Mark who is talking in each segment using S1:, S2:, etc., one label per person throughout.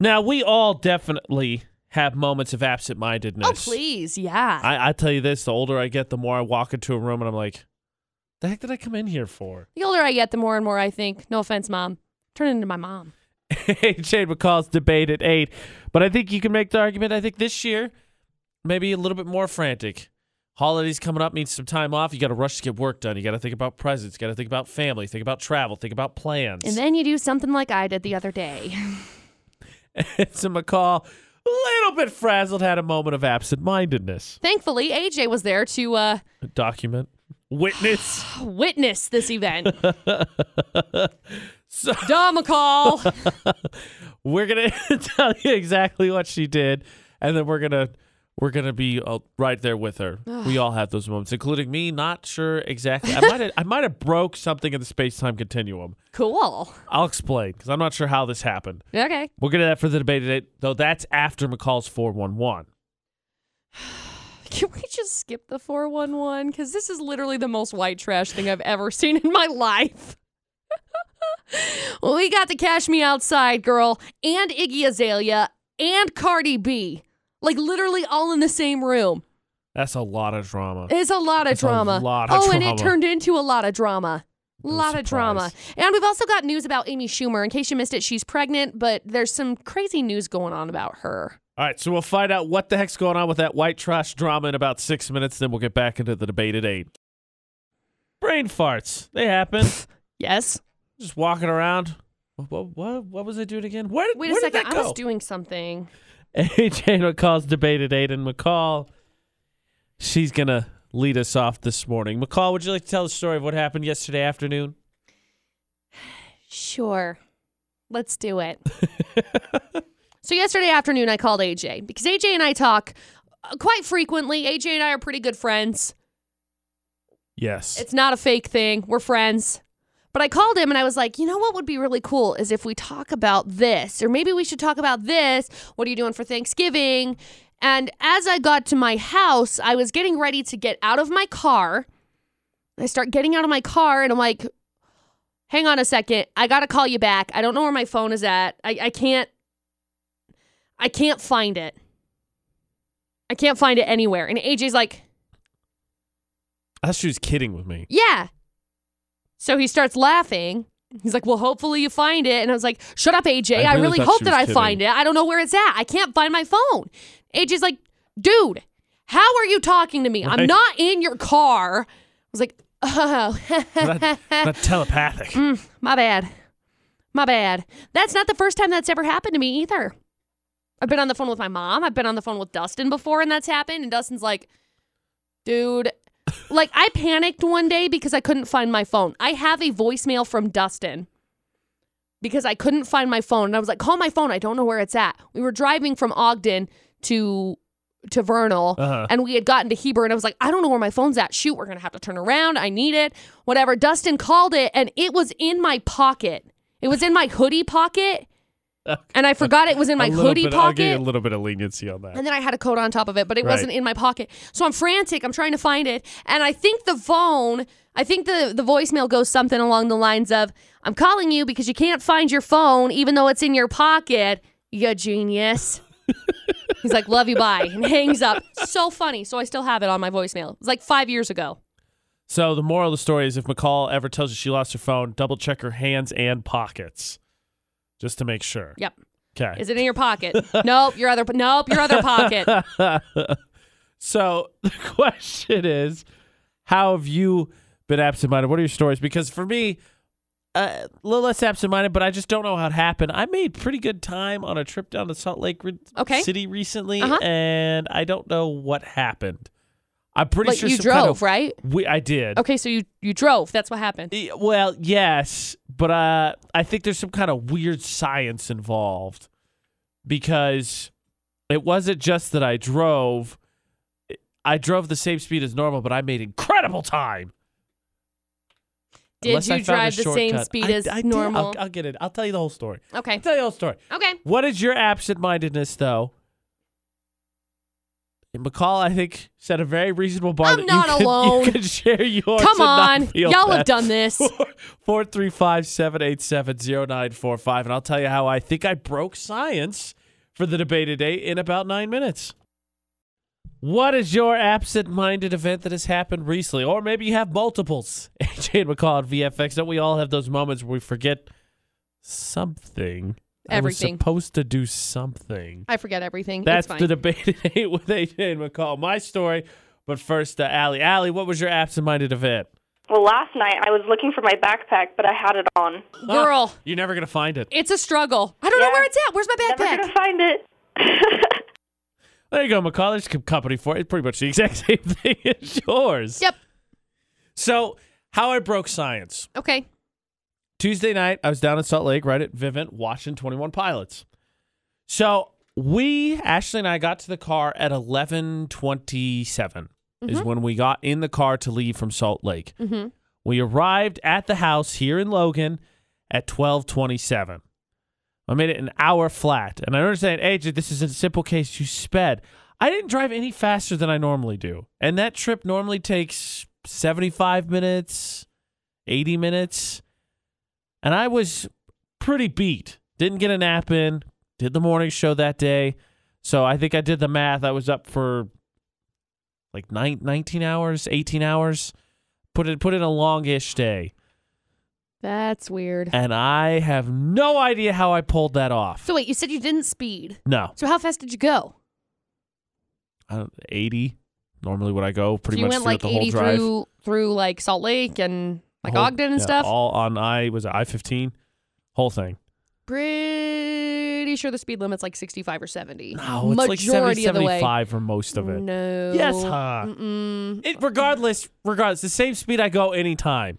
S1: Now we all definitely have moments of absent-mindedness.
S2: Oh, please. Yeah.
S1: I, I tell you this: the older I get, the more I walk into a room and I'm like, "The heck did I come in here for?"
S2: the older I get, the more and more I think, no offense, mom, turn into my mom.
S1: Shane McCall's debate at eight, but I think you can make the argument. I think this year, maybe a little bit more frantic. Holidays coming up means some time off. You got to rush to get work done. You got to think about presents. You got to think about family. Think about travel. Think about plans.
S2: And then you do something like I did the other day.
S1: so McCall, a little bit frazzled, had a moment of absent-mindedness.
S2: Thankfully, AJ was there to uh,
S1: Document, witness.
S2: witness this event.
S1: So-
S2: Duh, McCall.
S1: we're gonna tell you exactly what she did, and then we're gonna we're gonna be uh, right there with her. we all have those moments, including me. Not sure exactly. I might have, I might have broke something in the space time continuum.
S2: cool.
S1: I'll explain because I'm not sure how this happened.
S2: Okay.
S1: We'll get to that for the debate today, though. That's after McCall's four one one.
S2: Can we just skip the 411? Because this is literally the most white trash thing I've ever seen in my life. we got the Cash Me Outside girl and Iggy Azalea and Cardi B. Like literally all in the same room.
S1: That's a lot of drama.
S2: It's a lot of
S1: It's a
S2: drama.
S1: lot of
S2: oh, and it
S1: drama.
S2: turned into a lot of drama.
S1: No
S2: lot of
S1: surprise.
S2: drama. And we've also got news about Amy Schumer. In case you missed it, she's pregnant, but there's some crazy news going on about her.
S1: All right, so we'll find out what the heck's going on with that white trash drama in about six minutes. Then we'll get back into the debate at eight. Brain farts. They happen.
S2: Yes.
S1: just walking around. What what what was I doing again? Where did
S2: Wait
S1: where
S2: a second.
S1: Did that
S2: I
S1: go?
S2: was doing something.
S1: AJ McCall's debated Aiden McCall. She's gonna lead us off this morning. McCall, would you like to tell the story of what happened yesterday afternoon?
S2: Sure. Let's do it. so, yesterday afternoon, I called AJ because AJ and I talk uh, quite frequently. AJ and I are pretty good friends.
S1: Yes.
S2: It's not a fake thing. We're friends. But I called him and I was like, you know what would be really cool is if we talk about this, or maybe we should talk about this. What are you doing for Thanksgiving? And as I got to my house, I was getting ready to get out of my car. I start getting out of my car and I'm like, hang on a second. I got to call you back. I don't know where my phone is at. I, I can't, I can't find it. I can't find it anywhere. And AJ's like,
S1: I thought she was kidding with me.
S2: yeah. So he starts laughing. He's like, Well, hopefully you find it. And I was like, Shut up, AJ.
S1: I
S2: I
S1: really
S2: really
S1: thought
S2: hope
S1: she
S2: that
S1: was
S2: I
S1: kidding.
S2: find it. I don't know where it's at. I can't find my phone. AJ's like, Dude, how are you talking to me? I'm
S1: Right.
S2: not in your car. I was like,
S1: Not,
S2: Oh,
S1: not telepathic.
S2: my bad. My bad. That's not the first time that's ever happened to me either. I've been on the phone with my mom. I've been on the phone with Dustin before, and that's happened. And Dustin's like, dude, like I panicked one day because I couldn't find my phone. I have a voicemail from Dustin because I couldn't find my phone. And I was like, call my phone. I don't know where it's at. We were driving from Ogden to to Vernal
S1: Uh-huh.
S2: and we had gotten to Heber and I was like, I don't know where my phone's at. Shoot, we're gonna have to turn around. I need it. Whatever. Dustin called it and it was in my pocket. It was in my hoodie pocket. And I forgot it was in my
S1: a little
S2: hoodie
S1: bit, I'll give you
S2: pocket.
S1: a little bit of leniency on that.
S2: And then I had a coat on top of it, but it
S1: Right.
S2: wasn't in my pocket. So I'm frantic. I'm trying to find it. And I think the phone, I think the, the voicemail goes something along the lines of I'm calling you because you can't find your phone, even though it's in your pocket. You genius. He's like, love you, bye, and hangs up. So funny. So I still have it on my voicemail. It was like five years ago.
S1: So the moral of the story is if McCall ever tells you she lost her phone, double check her hands and pockets. Just to make sure.
S2: Yep.
S1: Okay.
S2: Is it in your pocket? nope, your other nope, your other pocket.
S1: so the question is, how have you been absent-minded? What are your stories? Because for me, uh, a little less absent-minded, but I just don't know how it happened. I made pretty good time on a trip down to Salt Lake re-
S2: Okay.
S1: City recently,
S2: Uh-huh.
S1: and I don't know what happened. I'm pretty
S2: Like
S1: sure
S2: you
S1: some kind
S2: drove,
S1: of-
S2: right?
S1: We, I did.
S2: Okay, so you you drove. That's what happened.
S1: Y- E, Well, yes, but uh, I think there's some kind of weird science involved because it wasn't just that I drove. I drove the same speed as normal, but I made incredible time.
S2: Did
S1: Unless
S2: you
S1: I found
S2: drive
S1: a
S2: the same
S1: shortcut.
S2: speed
S1: I-
S2: as
S1: I did.
S2: normal?
S1: I'll, I'll get it. I'll tell you the whole story.
S2: Okay.
S1: I'll tell you the whole story.
S2: Okay.
S1: What is your absent mindedness, though? And McCall, I think, set a very reasonable bar.
S2: I'm
S1: that
S2: not
S1: you could,
S2: alone.
S1: You could share yours.
S2: Come on.
S1: and not feel
S2: Y'all have
S1: bad.
S2: done this.
S1: Four three five seven eight seven zero nine four five, and I'll tell you how I think I broke science for the debate today in about nine minutes. What is your absent-minded event that has happened recently, or maybe you have multiples? AJ and McCall at VFX. Don't we all have those moments where we forget something? I was
S2: Everything.
S1: supposed to do something.
S2: I forget everything.
S1: That's
S2: it's fine.
S1: the debate at eight with AJ and McCall. My story, but first, uh, Allie. Allie, what was your absent-minded event?
S3: Well, last night I was looking for my backpack, but I had it on.
S2: Girl,
S1: You're never gonna find it.
S2: it's a struggle. I don't know
S3: Yeah.
S2: where it's at. Where's my
S3: Never
S2: backpack?
S3: gonna find it.
S1: There you go, McCall. There's some company for it. It's pretty much the exact same thing as yours.
S2: Yep.
S1: So, how I broke science.
S2: Okay.
S1: Tuesday night, I was down in Salt Lake, right at Vivint, watching 21 Pilots. So, we, Ashley and I, got to the car at 1127 is when we got in the car to leave from Salt Lake.
S2: Mm-hmm.
S1: We arrived at the house here in Logan at 1227. I made it an hour flat. And I understand, AJ, this is a simple case you sped. I didn't drive any faster than I normally do. And that trip normally takes 75 minutes, 80 minutes. And I was pretty beat. Didn't get a nap in. Did the morning show that day. So I think I did the math. I was up for like nine, 19 hours, 18 hours. Put it put in a longish day.
S2: That's weird.
S1: And I have no idea how I pulled that off.
S2: So wait, you said you didn't speed.
S1: no.
S2: So how fast did you go?
S1: I don't, 80 normally would I go pretty
S2: so you
S1: much
S2: went
S1: throughout
S2: like
S1: the whole
S2: 80
S1: drive.
S2: through through like Salt Lake and like
S1: Whole-
S2: Ogden and
S1: yeah,
S2: stuff.
S1: All on I was I 15 whole thing.
S2: Pretty sure the speed limit's like 65 or 70.
S1: No, it's like 70,
S2: Majority of the way.
S1: 75 for most of it.
S2: No.
S1: Yes, huh?
S2: Mm-mm.
S1: It regardless regardless the same speed I go anytime.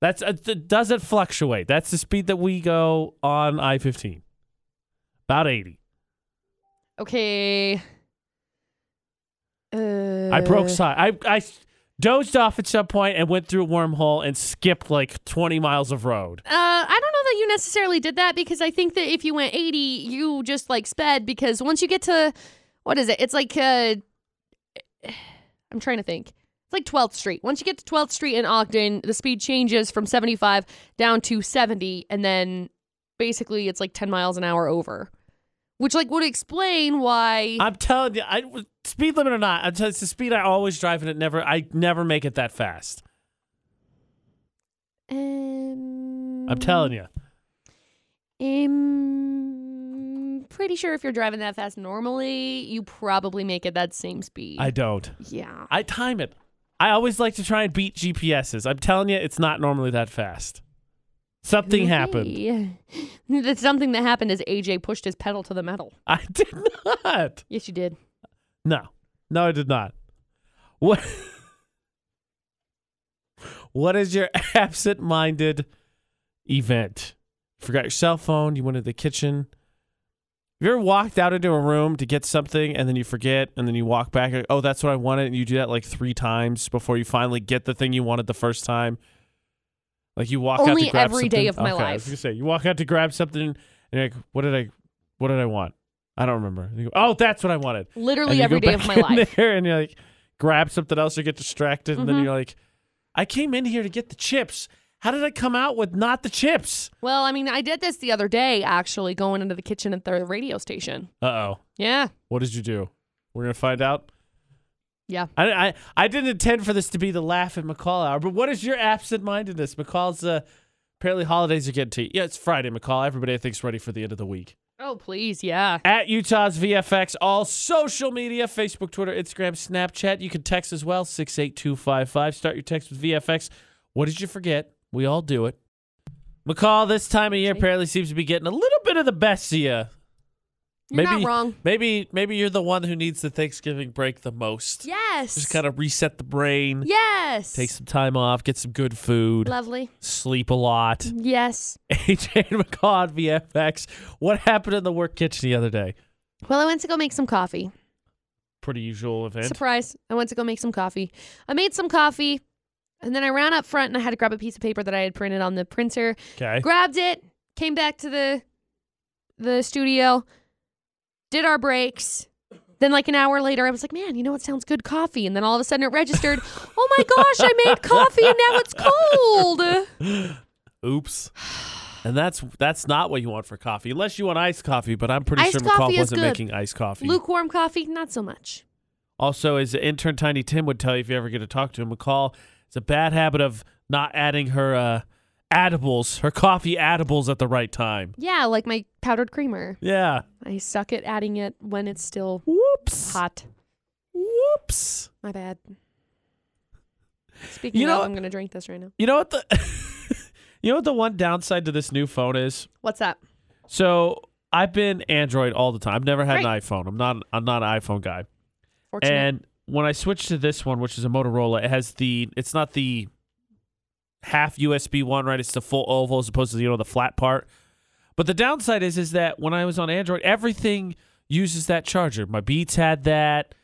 S1: That's uh, it doesn't fluctuate. That's the speed that we go on I-15. About 80.
S2: Okay. Uh,
S1: I broke side. I I dozed off at some point and went through a wormhole and skipped like 20 miles of road.
S2: Uh, I don't know that you necessarily did that because I think that if you went 80, you just like sped because once you get to what is it? It's like uh, I'm trying to think. It's like 12th Street. Once you get to 12th Street in Ogden, the speed changes from 75 down to 70, and then basically it's like 10 miles an hour over, which like would explain why.
S1: I'm telling you, I speed limit or not, I'm telling- it's the speed I always drive, and it never, I never make it that fast.
S2: um,
S1: I'm telling you,
S2: I'm pretty sure if you're driving that fast normally, you probably make it that same speed.
S1: I don't.
S2: yeah.
S1: I time it. I always like to try and beat GPSs. I'm telling you, it's not normally that fast. Something happened.
S2: Yeah. That's something that happened is AJ pushed his pedal to the metal.
S1: I did not.
S2: Yes, you did.
S1: No, no, I did not. What? what is your absent-minded event? Forgot your cell phone. You went to the kitchen. Have you ever walked out into a room to get something and then you forget, and then you walk back? and, Oh, that's what I wanted. And you do that like three times before you finally get the thing you wanted the first time. Like you walk out
S2: Only
S1: to grab
S2: every
S1: something.
S2: day of my
S1: Okay, I was
S2: life.
S1: gonna say you walk out to grab something, and you're like, "What did I? What did I want? I don't remember." And you go, "Oh, that's what I wanted."
S2: Literally
S1: And you
S2: every
S1: go
S2: day of
S1: back
S2: my
S1: in
S2: life.
S1: There and you're like, grab something else or get distracted, and then
S2: Mhm.
S1: you're like, I came in here to get the chips. How did I come out with not the chips?
S2: Well, I mean, I did this the other day actually going into the kitchen at the radio station.
S1: Uh oh.
S2: Yeah.
S1: What did you do? We're gonna find out.
S2: Yeah.
S1: I, I I didn't intend for this to be the laugh at McCall hour, but what is your absent-mindedness? McCall's uh, apparently holidays are getting to you. Yeah, it's Friday, McCall. Everybody I think's ready for the end of the week.
S2: Oh, please. Yeah.
S1: at Utah's VFX, all social media Facebook, Twitter, Instagram, Snapchat. You can text as well, 68255. Start your text with VFX. What did you forget? We all do it. McCall, this time of year apparently seems to be getting a little bit of the best of you.
S2: You're
S1: maybe,
S2: not wrong.
S1: Maybe, maybe you're the one who needs the Thanksgiving break the most.
S2: Yes.
S1: Just kind of reset the brain,
S2: Yes.
S1: take some time off, get some good food,
S2: Lovely.
S1: sleep a lot.
S2: Mm-hmm. Yes.
S1: AJ and McCall on VFX. What happened in the work kitchen the other day?
S2: Well, I went to go make some coffee.
S1: Pretty usual event.
S2: Surprise. I went to go make some coffee. I made some coffee and then I ran up front and I had to grab a piece of paper that I had printed on the printer.
S1: Okay.
S2: Grabbed it, came back to the the studio, did our breaks, Then, like an hour later, I was like, man, you know what sounds good? Coffee. And then all of a sudden it registered, oh my gosh, I made coffee and now it's cold.
S1: Oops. And that's that's not what you want for coffee, unless you want iced coffee. But I'm pretty
S2: Iced
S1: sure
S2: coffee
S1: McCall
S2: is
S1: wasn't
S2: good.
S1: making iced coffee.
S2: Lukewarm coffee, not so much.
S1: Also, as intern Tiny Tim would tell you if you ever get to talk to him, McCall it's a bad habit of not adding her uh, edibles, her coffee edibles at the right time.
S2: Yeah, like my powdered creamer.
S1: Yeah.
S2: I suck at adding it when it's still
S1: Whoops.
S2: hot.
S1: Whoops.
S2: My bad. Speaking
S1: You
S2: of,
S1: know-
S2: I'm going to drink this right now.
S1: You know what the You know what the one downside to this new phone is?
S2: What's that?
S1: So I've been Android all the time. I've never had an
S2: Right.
S1: iPhone. I'm not I'm not an iPhone guy.
S2: Fortunate.
S1: And when I switched to this one, which is a Motorola, it has the it's not the half USB one, right? It's the full oval as opposed to you know the flat part. But the downside is is that when I was on Android, everything uses that charger. My Beats had that,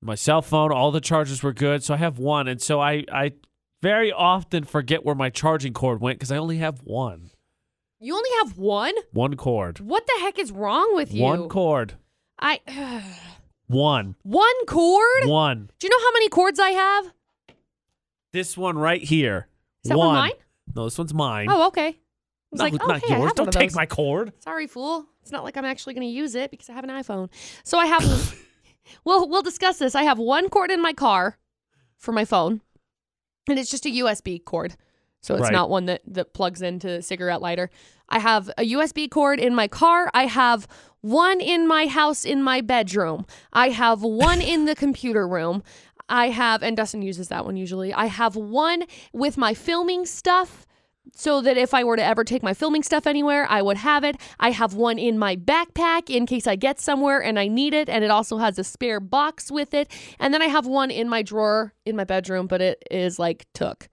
S1: my cell phone, all the chargers were good, so I have one, and so I I very often forget where my charging cord went because I only have one,
S2: you only have one?
S1: one cord,
S2: What the heck is wrong with you?
S1: one cord,
S2: I
S1: one,
S2: one cord?
S1: one.
S2: Do you know how many cords I have?
S1: This one right here.
S2: Is that
S1: one.
S2: one mine?
S1: No, this one's mine.
S2: Oh, okay. I was
S1: No,
S2: like,
S1: it's
S2: oh,
S1: not
S2: hey, I
S1: yours.
S2: have one
S1: Don't
S2: of
S1: take
S2: those.
S1: my cord.
S2: Sorry, fool. It's not like I'm actually going to use it because I have an iPhone. So I have. well, we'll discuss this. I have one cord in my car for my phone, and it's just a USB cord. So it's
S1: Right.
S2: not one that, that plugs into a cigarette lighter. I have a USB cord in my car. I have one in my house in my bedroom. I have one in the computer room. I have, and Dustin uses that one usually. I have one with my filming stuff so that if I were to ever take my filming stuff anywhere, I would have it. I have one in my backpack in case I get somewhere and I need it, and it also has a spare box with it. And then I have one in my drawer in my bedroom, but it is like took.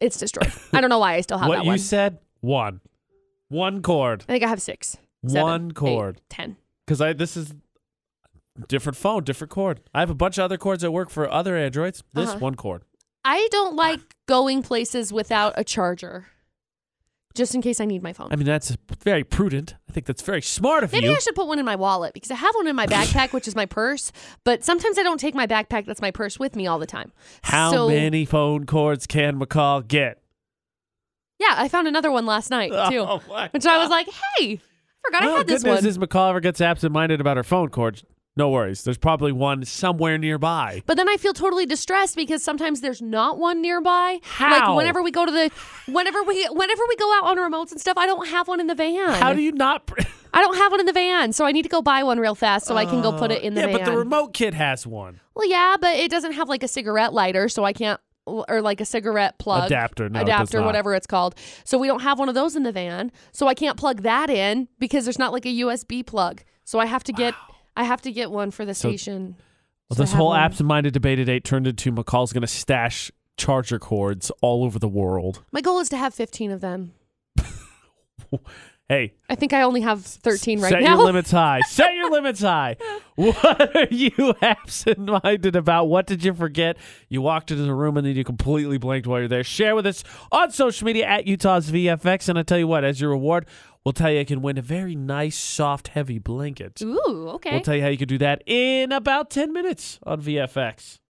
S2: It's destroyed. I don't know why I still have
S1: what
S2: that
S1: you
S2: one.
S1: said, one, one cord,
S2: I think I have six. seven,
S1: one
S2: eight,
S1: cord.
S2: ten.
S1: Because I this is different phone, different cord. I have a bunch of other cords that work for other androids. This
S2: Uh-huh.
S1: one cord.
S2: I don't like going places without a charger, just in case I need my phone.
S1: I mean, that's very prudent. I think that's very smart of
S2: Maybe
S1: you.
S2: I should put one in my wallet because I have one in my backpack, which is my purse. But sometimes I don't take my backpack that's my purse with me all the time.
S1: How
S2: so,
S1: many phone cords can McCall get?
S2: Yeah, I found another one last night too,
S1: Oh, my
S2: which I
S1: God.
S2: was like, "Hey, I forgot
S1: Well,
S2: I had
S1: good
S2: this
S1: news
S2: one."
S1: is McCall ever gets absent-minded about her phone cord. No worries. There's probably one somewhere nearby.
S2: but then I feel totally distressed because sometimes there's not one nearby.
S1: How?
S2: Like whenever we go to the, whenever we whenever we go out on remotes and stuff, I don't have one in the van.
S1: How do you not? pr-
S2: I don't have one in the van, so I need to go buy one real fast so I can go put it in the
S1: Uh, yeah,
S2: van.
S1: but the remote kit has one.
S2: Well, yeah, but it doesn't have like a cigarette lighter, so I can't, or like a cigarette plug
S1: Adapter, no, it does
S2: adapter,
S1: not.
S2: whatever it's called. So we don't have one of those in the van, so I can't plug that in because there's not like a USB plug. So I have to get, I have to get one for the station.
S1: Well,
S2: So I
S1: this
S2: have
S1: whole
S2: one.
S1: absent-minded debate at eight turned into McCall's going to stash charger cords all over the world.
S2: My goal is to have 15 of them.
S1: Hey,
S2: I think I only have 13 right
S1: set
S2: now.
S1: your limits high. set your limits high. What are you absent-minded about? What did you forget? You walked into the room and then you completely blanked while you're there. Share with us on social media at Utah's VFX, and I tell you what, as your reward, we'll tell you you can win a very nice, soft, heavy blanket.
S2: Ooh, okay.
S1: We'll tell you how you can do that in about ten minutes on VFX.